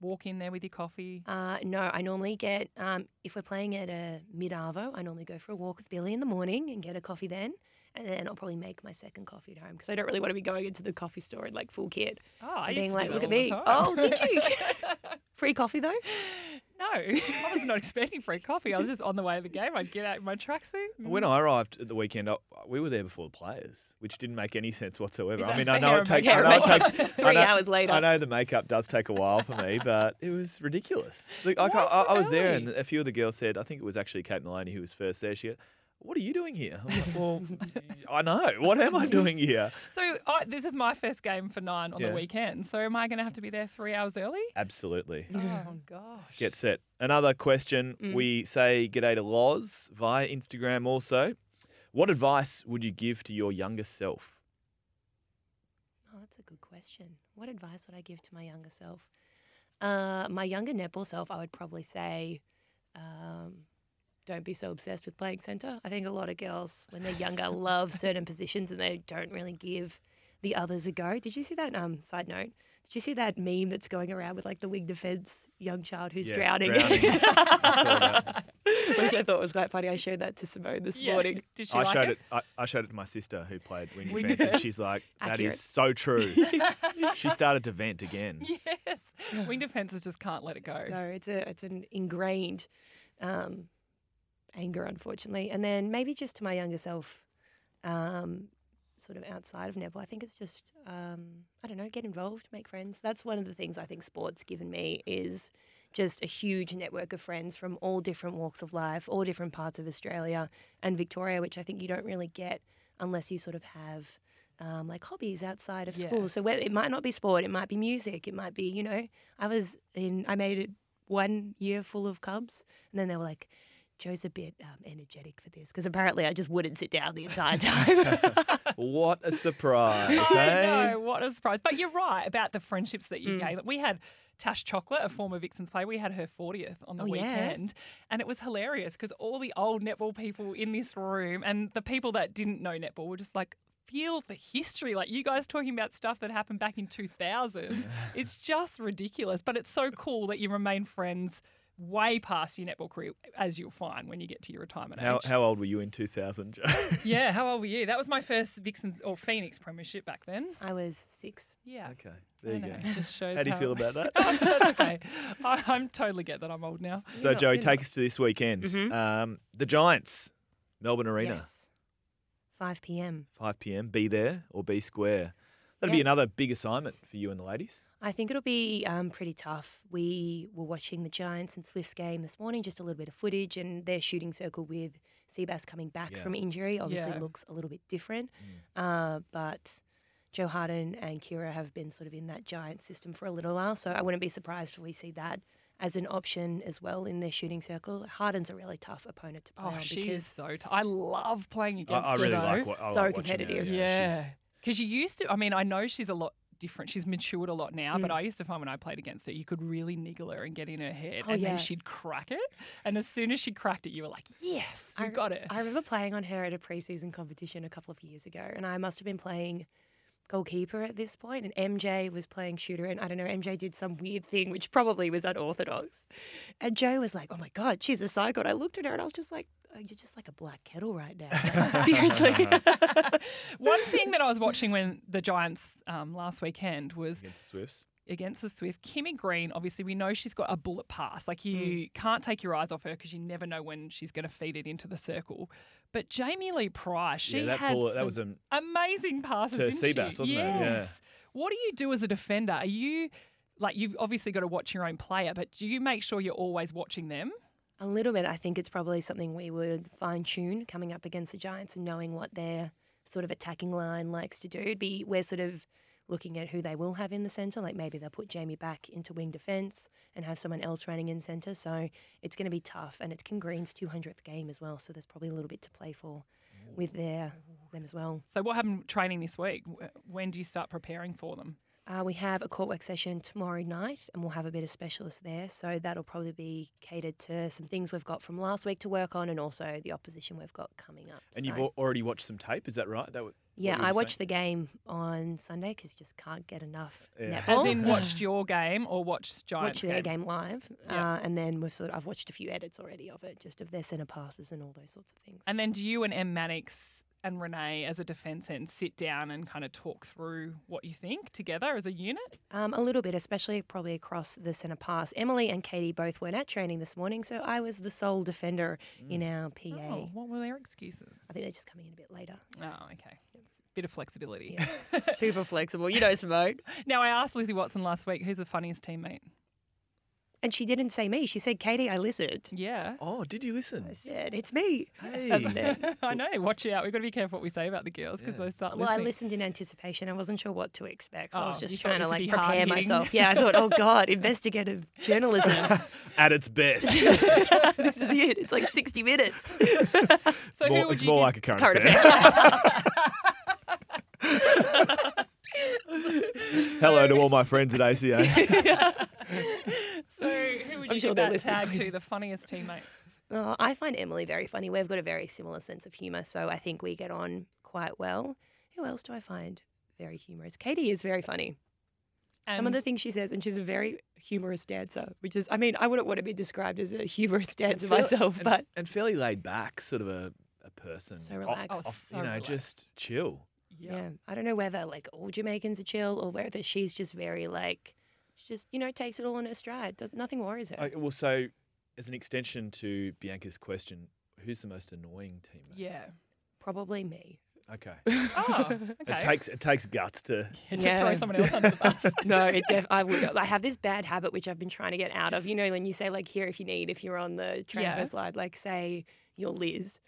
[SPEAKER 1] Walk in there with your coffee.
[SPEAKER 3] Uh, no, I normally get um, if we're playing at a mid arvo, I normally go for a walk with Billy in the morning and get a coffee then, and then I'll probably make my second coffee at home because I don't really want to be going into the coffee store in like full kit.
[SPEAKER 1] Oh, I
[SPEAKER 3] and
[SPEAKER 1] used
[SPEAKER 3] being
[SPEAKER 1] to
[SPEAKER 3] like,
[SPEAKER 1] do
[SPEAKER 3] look
[SPEAKER 1] that
[SPEAKER 3] at
[SPEAKER 1] all the
[SPEAKER 3] me.
[SPEAKER 1] time.
[SPEAKER 3] Oh, did you? Free coffee though.
[SPEAKER 1] no, I was not expecting free coffee. I was just on the way to the game. I'd get out in my tracksuit.
[SPEAKER 2] When I arrived at the weekend, I, we were there before the players, which didn't make any sense whatsoever.
[SPEAKER 1] Is
[SPEAKER 2] I
[SPEAKER 1] that
[SPEAKER 2] mean, I
[SPEAKER 1] fair
[SPEAKER 2] know
[SPEAKER 1] or
[SPEAKER 2] it takes I
[SPEAKER 1] fair?
[SPEAKER 2] know it takes I
[SPEAKER 3] Three
[SPEAKER 2] know-
[SPEAKER 3] hours later.
[SPEAKER 2] I know the makeup does take a while for me, but it was ridiculous. Look, I,
[SPEAKER 1] Why
[SPEAKER 2] can't- I,
[SPEAKER 1] so
[SPEAKER 2] I was there, and
[SPEAKER 1] early?
[SPEAKER 2] a few of the girls said, I think it was actually Kate Maloney who was first there. She. Go, what are you doing here? I'm like, well, I know. What am I doing here?
[SPEAKER 1] So I this is my first game for nine on
[SPEAKER 2] Yeah.
[SPEAKER 1] the weekend. So am I going to have to be there three hours early?
[SPEAKER 2] Absolutely.
[SPEAKER 1] Oh gosh.
[SPEAKER 2] Get set. Another question.
[SPEAKER 1] Mm.
[SPEAKER 2] We say g'day to Loz via Instagram also. What advice would you give to your younger self?
[SPEAKER 3] Oh, that's a good question. What advice would I give to my younger self? Uh, my younger netball self, I would probably say, um, don't be so obsessed with playing centre. I think a lot of girls, when they're younger, love certain positions and they don't really give the others a go. Did you see that? Um, side note. Did you see that meme that's going around with like the wing defence young child who's
[SPEAKER 2] Yes,
[SPEAKER 3] drowning?
[SPEAKER 2] drowning. I saw that.
[SPEAKER 3] Which I thought was quite funny. I showed that to Simone this
[SPEAKER 1] Yeah.
[SPEAKER 3] morning.
[SPEAKER 1] Did she
[SPEAKER 2] I
[SPEAKER 1] like
[SPEAKER 2] showed it. I, I showed it to my sister who played wing
[SPEAKER 1] Wing
[SPEAKER 2] defense, and
[SPEAKER 1] defence.
[SPEAKER 2] she's like, "That
[SPEAKER 3] Accurate.
[SPEAKER 2] is so true." she started to vent again.
[SPEAKER 1] Yes. Wing defences just can't let it go.
[SPEAKER 3] No, it's a it's an ingrained um, anger, unfortunately. And then maybe just to my younger self, um, sort of outside of netball, I think it's just um, I don't know, get involved, make friends. That's one of the things I think sports given me is just a huge network of friends from all different walks of life, all different parts of Australia and Victoria, which I think you don't really get unless you sort of have. Um, like hobbies outside of school, so
[SPEAKER 1] Yes.
[SPEAKER 3] where it might not be sport, it might be music, it might be you know I was in. I made it one year full of cubs, and then they were like, "Joe's a bit um, energetic for this," because apparently I just wouldn't sit down the entire time.
[SPEAKER 2] What a surprise,
[SPEAKER 1] I
[SPEAKER 2] eh?
[SPEAKER 1] know, what a surprise. But you're right about the friendships that
[SPEAKER 3] Mm.
[SPEAKER 1] you gained. We had Tash Chocolate, a former Vixens player, we had her 40th on the
[SPEAKER 3] Oh, yeah.
[SPEAKER 1] weekend. And it was hilarious because all the old netball people in this room and the people that didn't know netball were just like, feel the history. Like you guys talking about stuff that happened back in 2000. it's just ridiculous. But it's so cool that you remain friends way past your netball career, as you'll find when you get to your retirement
[SPEAKER 2] How,
[SPEAKER 1] age.
[SPEAKER 2] how old were you in 2000, Joe?
[SPEAKER 1] yeah, how old were you? That was my first Vixens or Phoenix premiership back then.
[SPEAKER 3] I was six.
[SPEAKER 1] Yeah.
[SPEAKER 2] Okay, there you
[SPEAKER 1] I
[SPEAKER 2] go.
[SPEAKER 1] know, it just shows
[SPEAKER 2] How do you feel about that?
[SPEAKER 1] That's okay. I, I'm totally get that I'm old now.
[SPEAKER 2] so,
[SPEAKER 3] You're not-
[SPEAKER 2] Joey,
[SPEAKER 3] you're
[SPEAKER 2] take
[SPEAKER 3] not-
[SPEAKER 2] us to this weekend.
[SPEAKER 1] Mm-hmm.
[SPEAKER 2] Um, the Giants, Melbourne Arena,
[SPEAKER 3] Yes. 5 p.m.
[SPEAKER 2] 5 p.m. Be there or be square. That'll be
[SPEAKER 3] Yes.
[SPEAKER 2] another big assignment for you and the ladies.
[SPEAKER 3] I think it'll be um, pretty tough. We were watching the Giants and Swifts game this morning, just a little bit of footage, and their shooting circle with Seabass coming back
[SPEAKER 2] Yeah. Mm.
[SPEAKER 3] from injury obviously
[SPEAKER 1] Yeah.
[SPEAKER 3] looks a little bit different. Uh, but Joe Harden and Kira have been sort of in that Giant system for a little while, so I wouldn't be surprised if we see that as an option as well in their shooting circle. Harden's a really tough opponent to play
[SPEAKER 1] Oh,
[SPEAKER 3] on
[SPEAKER 1] she is
[SPEAKER 3] because
[SPEAKER 1] so. T- I love playing
[SPEAKER 2] I,
[SPEAKER 1] against
[SPEAKER 2] I
[SPEAKER 1] her.
[SPEAKER 2] really
[SPEAKER 1] though.
[SPEAKER 2] like what I
[SPEAKER 3] so
[SPEAKER 2] like watching her,
[SPEAKER 3] competitive.
[SPEAKER 1] Yeah,
[SPEAKER 2] she's-
[SPEAKER 1] because you used to. I mean, I know she's a lot different. She's matured a lot now,
[SPEAKER 3] Mm.
[SPEAKER 1] but I used to find when I played against her, you could really niggle her and get in her head,
[SPEAKER 3] Oh,
[SPEAKER 1] and
[SPEAKER 3] yeah.
[SPEAKER 1] then she'd crack it. And as soon as she cracked it, you were like, "Yes, we
[SPEAKER 3] I
[SPEAKER 1] got it."
[SPEAKER 3] I remember playing on her at a preseason competition a couple of years ago, and I must have been playing goalkeeper at this point, and MJ was playing shooter, and I don't know, MJ did some weird thing which probably was unorthodox, and Joe was like, "Oh my god, she's a psycho," and I looked at her and I was just like, oh, "You're just like a black kettle right now, Like, seriously."
[SPEAKER 1] One thing that I was watching when the Giants um, last weekend was
[SPEAKER 2] against the Swifts.
[SPEAKER 1] against the Swift. Kimmy Green, obviously, we know she's got a bullet pass. Like you can't take your eyes off her because you never know when she's going to feed it into the circle. But Jamie Lee Price, she
[SPEAKER 2] yeah, that
[SPEAKER 1] had
[SPEAKER 2] ball, that
[SPEAKER 1] some
[SPEAKER 2] was an
[SPEAKER 1] amazing passes.
[SPEAKER 2] To
[SPEAKER 1] didn't
[SPEAKER 2] Seabass,
[SPEAKER 1] she?
[SPEAKER 2] wasn't it? Yeah.
[SPEAKER 1] Yes. What do you do as a defender? Are you like you've obviously got to watch your own player, but do you make sure you're always watching them?
[SPEAKER 3] a little bit. I think it's probably something we would fine tune coming up against the Giants and knowing what their sort of attacking line likes to do. It'd be we're sort of looking at who they will have in the centre. Like maybe they'll put Jamie back into wing defence and have someone else running in centre. So it's going to be tough. And it's Kim Green's 200th game as well. So there's probably a little bit to play for with their them as well.
[SPEAKER 1] So what happened training this week? Wh- When do you start preparing for them?
[SPEAKER 3] Uh, we have a court work session tomorrow night, and we'll have a bit of specialists there. So that'll probably be catered to some things we've got from last week to work on, and also the opposition we've got coming up.
[SPEAKER 2] And
[SPEAKER 3] so.
[SPEAKER 2] you've al- already watched some tape, is that right? That wa- what
[SPEAKER 3] yeah,
[SPEAKER 2] you were
[SPEAKER 3] I
[SPEAKER 2] saying?
[SPEAKER 3] watched the game on Sunday because just can't get enough
[SPEAKER 2] Yeah.
[SPEAKER 3] netball.
[SPEAKER 1] As in watched your game or watched Giants
[SPEAKER 3] Watch their game live,
[SPEAKER 1] Yeah.
[SPEAKER 3] uh, and then we've sort of I've watched a few edits already of it, just of their centre passes and all those sorts of things.
[SPEAKER 1] And then do you and M Mannix and Renee as a defence end sit down and kind of talk through what you think together as a unit?
[SPEAKER 3] Um, a little bit, especially probably across the centre pass. Emily and Katie both weren't at training this morning, so I was the sole defender in
[SPEAKER 2] Mm.
[SPEAKER 3] our PA.
[SPEAKER 1] Oh, what were their excuses?
[SPEAKER 3] I think they're just coming in a bit later.
[SPEAKER 1] Oh, okay. It's a bit of flexibility.
[SPEAKER 3] Super flexible. You know Simone.
[SPEAKER 1] Now I asked Lizzie Watson last week who's the funniest teammate.
[SPEAKER 3] And she didn't say me. She said, Katie, I listened.
[SPEAKER 1] Yeah.
[SPEAKER 2] Oh, did you
[SPEAKER 3] I
[SPEAKER 2] listen?
[SPEAKER 3] said, it's me.
[SPEAKER 2] Hey.
[SPEAKER 1] I know. Watch out. We've got to be careful what we say about the girls because they start
[SPEAKER 3] Well, I
[SPEAKER 1] listening.
[SPEAKER 3] listened in anticipation. I wasn't sure what to expect. So I was
[SPEAKER 1] Oh,
[SPEAKER 3] just
[SPEAKER 1] you thought
[SPEAKER 3] trying to
[SPEAKER 1] this would
[SPEAKER 3] like
[SPEAKER 1] be
[SPEAKER 3] prepare
[SPEAKER 1] hard-hitting.
[SPEAKER 3] myself. Yeah, I thought, oh God, investigative journalism.
[SPEAKER 2] At its best.
[SPEAKER 3] this is it. It's like 60 minutes.
[SPEAKER 1] So
[SPEAKER 2] more,
[SPEAKER 1] who would
[SPEAKER 2] it's
[SPEAKER 1] you
[SPEAKER 2] more
[SPEAKER 1] give-
[SPEAKER 2] like a current,
[SPEAKER 3] Current
[SPEAKER 2] affair. Hello to all my friends at ACA.
[SPEAKER 1] So who would
[SPEAKER 3] I'm
[SPEAKER 1] you
[SPEAKER 3] sure
[SPEAKER 1] give
[SPEAKER 3] they're
[SPEAKER 1] that
[SPEAKER 3] listening.
[SPEAKER 1] tag to? The funniest teammate.
[SPEAKER 3] Oh, I find Emily very funny. We've got a very similar sense of humour, so I think we get on quite well. Who else do I find very humorous? Katie is very funny. Some of
[SPEAKER 1] And-
[SPEAKER 3] the things she says, and she's a very humorous dancer, which is, I mean, I wouldn't want to be described as a humorous dancer myself,
[SPEAKER 2] and,
[SPEAKER 3] but
[SPEAKER 2] and fairly laid back, sort of a, a person.
[SPEAKER 3] So
[SPEAKER 2] Off-
[SPEAKER 3] relaxed.
[SPEAKER 1] Oh,
[SPEAKER 2] off-
[SPEAKER 1] so
[SPEAKER 2] you know,
[SPEAKER 1] relaxed.
[SPEAKER 2] just chill.
[SPEAKER 1] Yeah.
[SPEAKER 3] yeah. I don't know whether like all Jamaicans are chill or whether she's just very like, she just, you know, takes it all in her stride. Does, nothing worries her.
[SPEAKER 2] Okay, well, so as an extension to Bianca's question, who's the most annoying teammate?
[SPEAKER 1] Yeah.
[SPEAKER 3] Probably me.
[SPEAKER 2] Okay.
[SPEAKER 1] Oh,
[SPEAKER 2] It
[SPEAKER 1] okay.
[SPEAKER 2] takes it takes guts to
[SPEAKER 1] To
[SPEAKER 3] Yeah.
[SPEAKER 1] throw someone else under the bus.
[SPEAKER 3] no, it def- I would. I have this bad habit which I've been trying to get out of. You know, when you say like here if you need, if you're on the transfer
[SPEAKER 1] Yeah.
[SPEAKER 3] slide, like say you're Liz,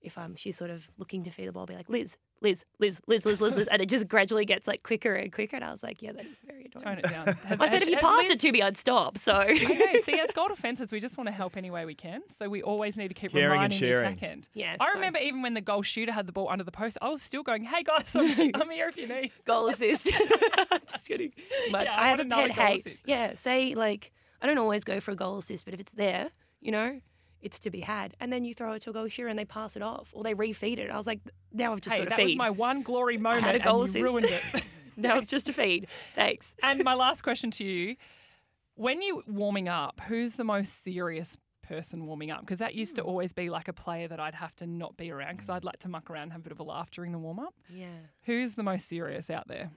[SPEAKER 3] if um she's sort of looking to feed the ball, be like Liz, Liz, Liz, Liz, Liz, Liz, Liz, and it just gradually gets like quicker and quicker. And I was like, yeah, that is very
[SPEAKER 1] Tone
[SPEAKER 3] annoying.
[SPEAKER 1] it down. Has-
[SPEAKER 3] I said
[SPEAKER 1] has-
[SPEAKER 3] if you
[SPEAKER 1] has
[SPEAKER 3] passed
[SPEAKER 1] Liz-
[SPEAKER 3] it to me, I'd stop. So
[SPEAKER 1] Okay, see, as gold offences, we just want to help any way we can. So we always need to keep
[SPEAKER 2] Caring and
[SPEAKER 1] reminding the
[SPEAKER 2] sharing.
[SPEAKER 1] attack end.
[SPEAKER 3] Yeah,
[SPEAKER 1] I
[SPEAKER 3] so-
[SPEAKER 1] remember even when the goal shooter had the ball under the post, I was still going, hey guys, I'm, I'm here if you need.
[SPEAKER 3] goal assist. I'm just kidding. But
[SPEAKER 1] Yeah, I
[SPEAKER 3] I, have a
[SPEAKER 1] wanna know
[SPEAKER 3] pet
[SPEAKER 1] a goal
[SPEAKER 3] hate.
[SPEAKER 1] assist.
[SPEAKER 3] Yeah, say like I don't always go for a goal assist, but if it's there, you know, it's to be had. And then you throw it to a goal shooter and they pass it off or they refeed it. I was like, now I've just
[SPEAKER 1] hey,
[SPEAKER 3] got
[SPEAKER 1] that
[SPEAKER 3] to
[SPEAKER 1] was
[SPEAKER 3] feed.
[SPEAKER 1] my one glory moment.
[SPEAKER 3] a goal
[SPEAKER 1] and you
[SPEAKER 3] assist.
[SPEAKER 1] ruined it.
[SPEAKER 3] now it's just a feed. Thanks.
[SPEAKER 1] and my last question to you when you warming up, who's the most serious person warming up? Because that
[SPEAKER 3] Hmm.
[SPEAKER 1] used to always be like a player that I'd have to not be around because I'd like to muck around and have a bit of a laugh during the warm up.
[SPEAKER 3] Yeah.
[SPEAKER 1] Who's the most serious out there?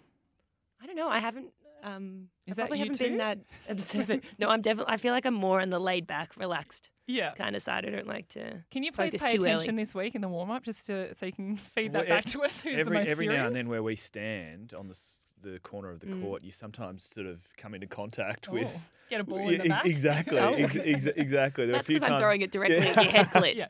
[SPEAKER 3] I don't know. I haven't. Um, I
[SPEAKER 1] Is that
[SPEAKER 3] probably
[SPEAKER 1] you
[SPEAKER 3] haven't
[SPEAKER 1] too?
[SPEAKER 3] been that observant. no, I'm definitely. I feel like I'm more on the laid back, relaxed
[SPEAKER 1] Yeah.
[SPEAKER 3] kind of side. I don't like to.
[SPEAKER 1] Can you please
[SPEAKER 3] focus
[SPEAKER 1] pay
[SPEAKER 3] too early.
[SPEAKER 1] attention this week in the warm up just to, so you can feed that
[SPEAKER 2] Well, e-
[SPEAKER 1] back to us? Who's
[SPEAKER 2] every
[SPEAKER 1] the most
[SPEAKER 2] every
[SPEAKER 1] serious? Mm.
[SPEAKER 2] now and then where we stand on the s- the corner of the court, you sometimes sort of come into contact
[SPEAKER 1] Oh,
[SPEAKER 2] with.
[SPEAKER 1] get a ball
[SPEAKER 2] E-
[SPEAKER 1] in the
[SPEAKER 2] e-
[SPEAKER 1] back.
[SPEAKER 2] Exactly,
[SPEAKER 3] Oh.
[SPEAKER 2] ex- ex- exactly. There were a
[SPEAKER 3] That's
[SPEAKER 2] few
[SPEAKER 3] because I'm
[SPEAKER 2] times-
[SPEAKER 3] throwing it directly
[SPEAKER 2] Yeah.
[SPEAKER 3] at your head clip.
[SPEAKER 1] Yeah.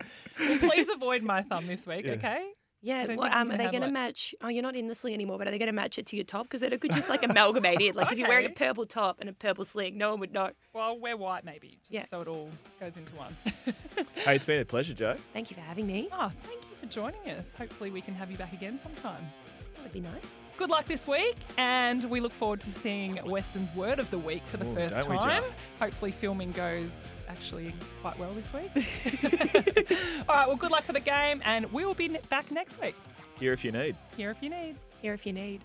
[SPEAKER 1] Please avoid my thumb this week,
[SPEAKER 2] Yeah.
[SPEAKER 1] okay? I
[SPEAKER 3] Yeah,
[SPEAKER 1] don't
[SPEAKER 3] well,
[SPEAKER 1] think you
[SPEAKER 3] um,
[SPEAKER 1] can
[SPEAKER 3] are they
[SPEAKER 1] handle
[SPEAKER 3] going to
[SPEAKER 1] it.
[SPEAKER 3] match? Oh, you're not in this sling anymore, but are they going to match it to your top? Because then it could just like amalgamate it. Like if you're wearing a
[SPEAKER 1] Okay.
[SPEAKER 3] purple top and a purple sling, no one would know.
[SPEAKER 1] Well, we're white maybe, just
[SPEAKER 3] Yeah.
[SPEAKER 1] so it all goes into one.
[SPEAKER 2] Hey, it's been a pleasure, Joe.
[SPEAKER 3] Thank you for having me.
[SPEAKER 1] oh, thank you for joining us. Hopefully we can have you back again sometime.
[SPEAKER 3] That would be nice.
[SPEAKER 1] Good luck this week, and we look forward to seeing Weston's word of the week for the
[SPEAKER 2] Ooh,
[SPEAKER 1] 1st
[SPEAKER 2] don't we
[SPEAKER 1] time.
[SPEAKER 2] just?
[SPEAKER 1] Hopefully, filming goes actually quite well this week. All right, well, good luck for the game, and we will be n- back next week.
[SPEAKER 2] Here if you need.
[SPEAKER 1] Here if you need.
[SPEAKER 3] Here if you need.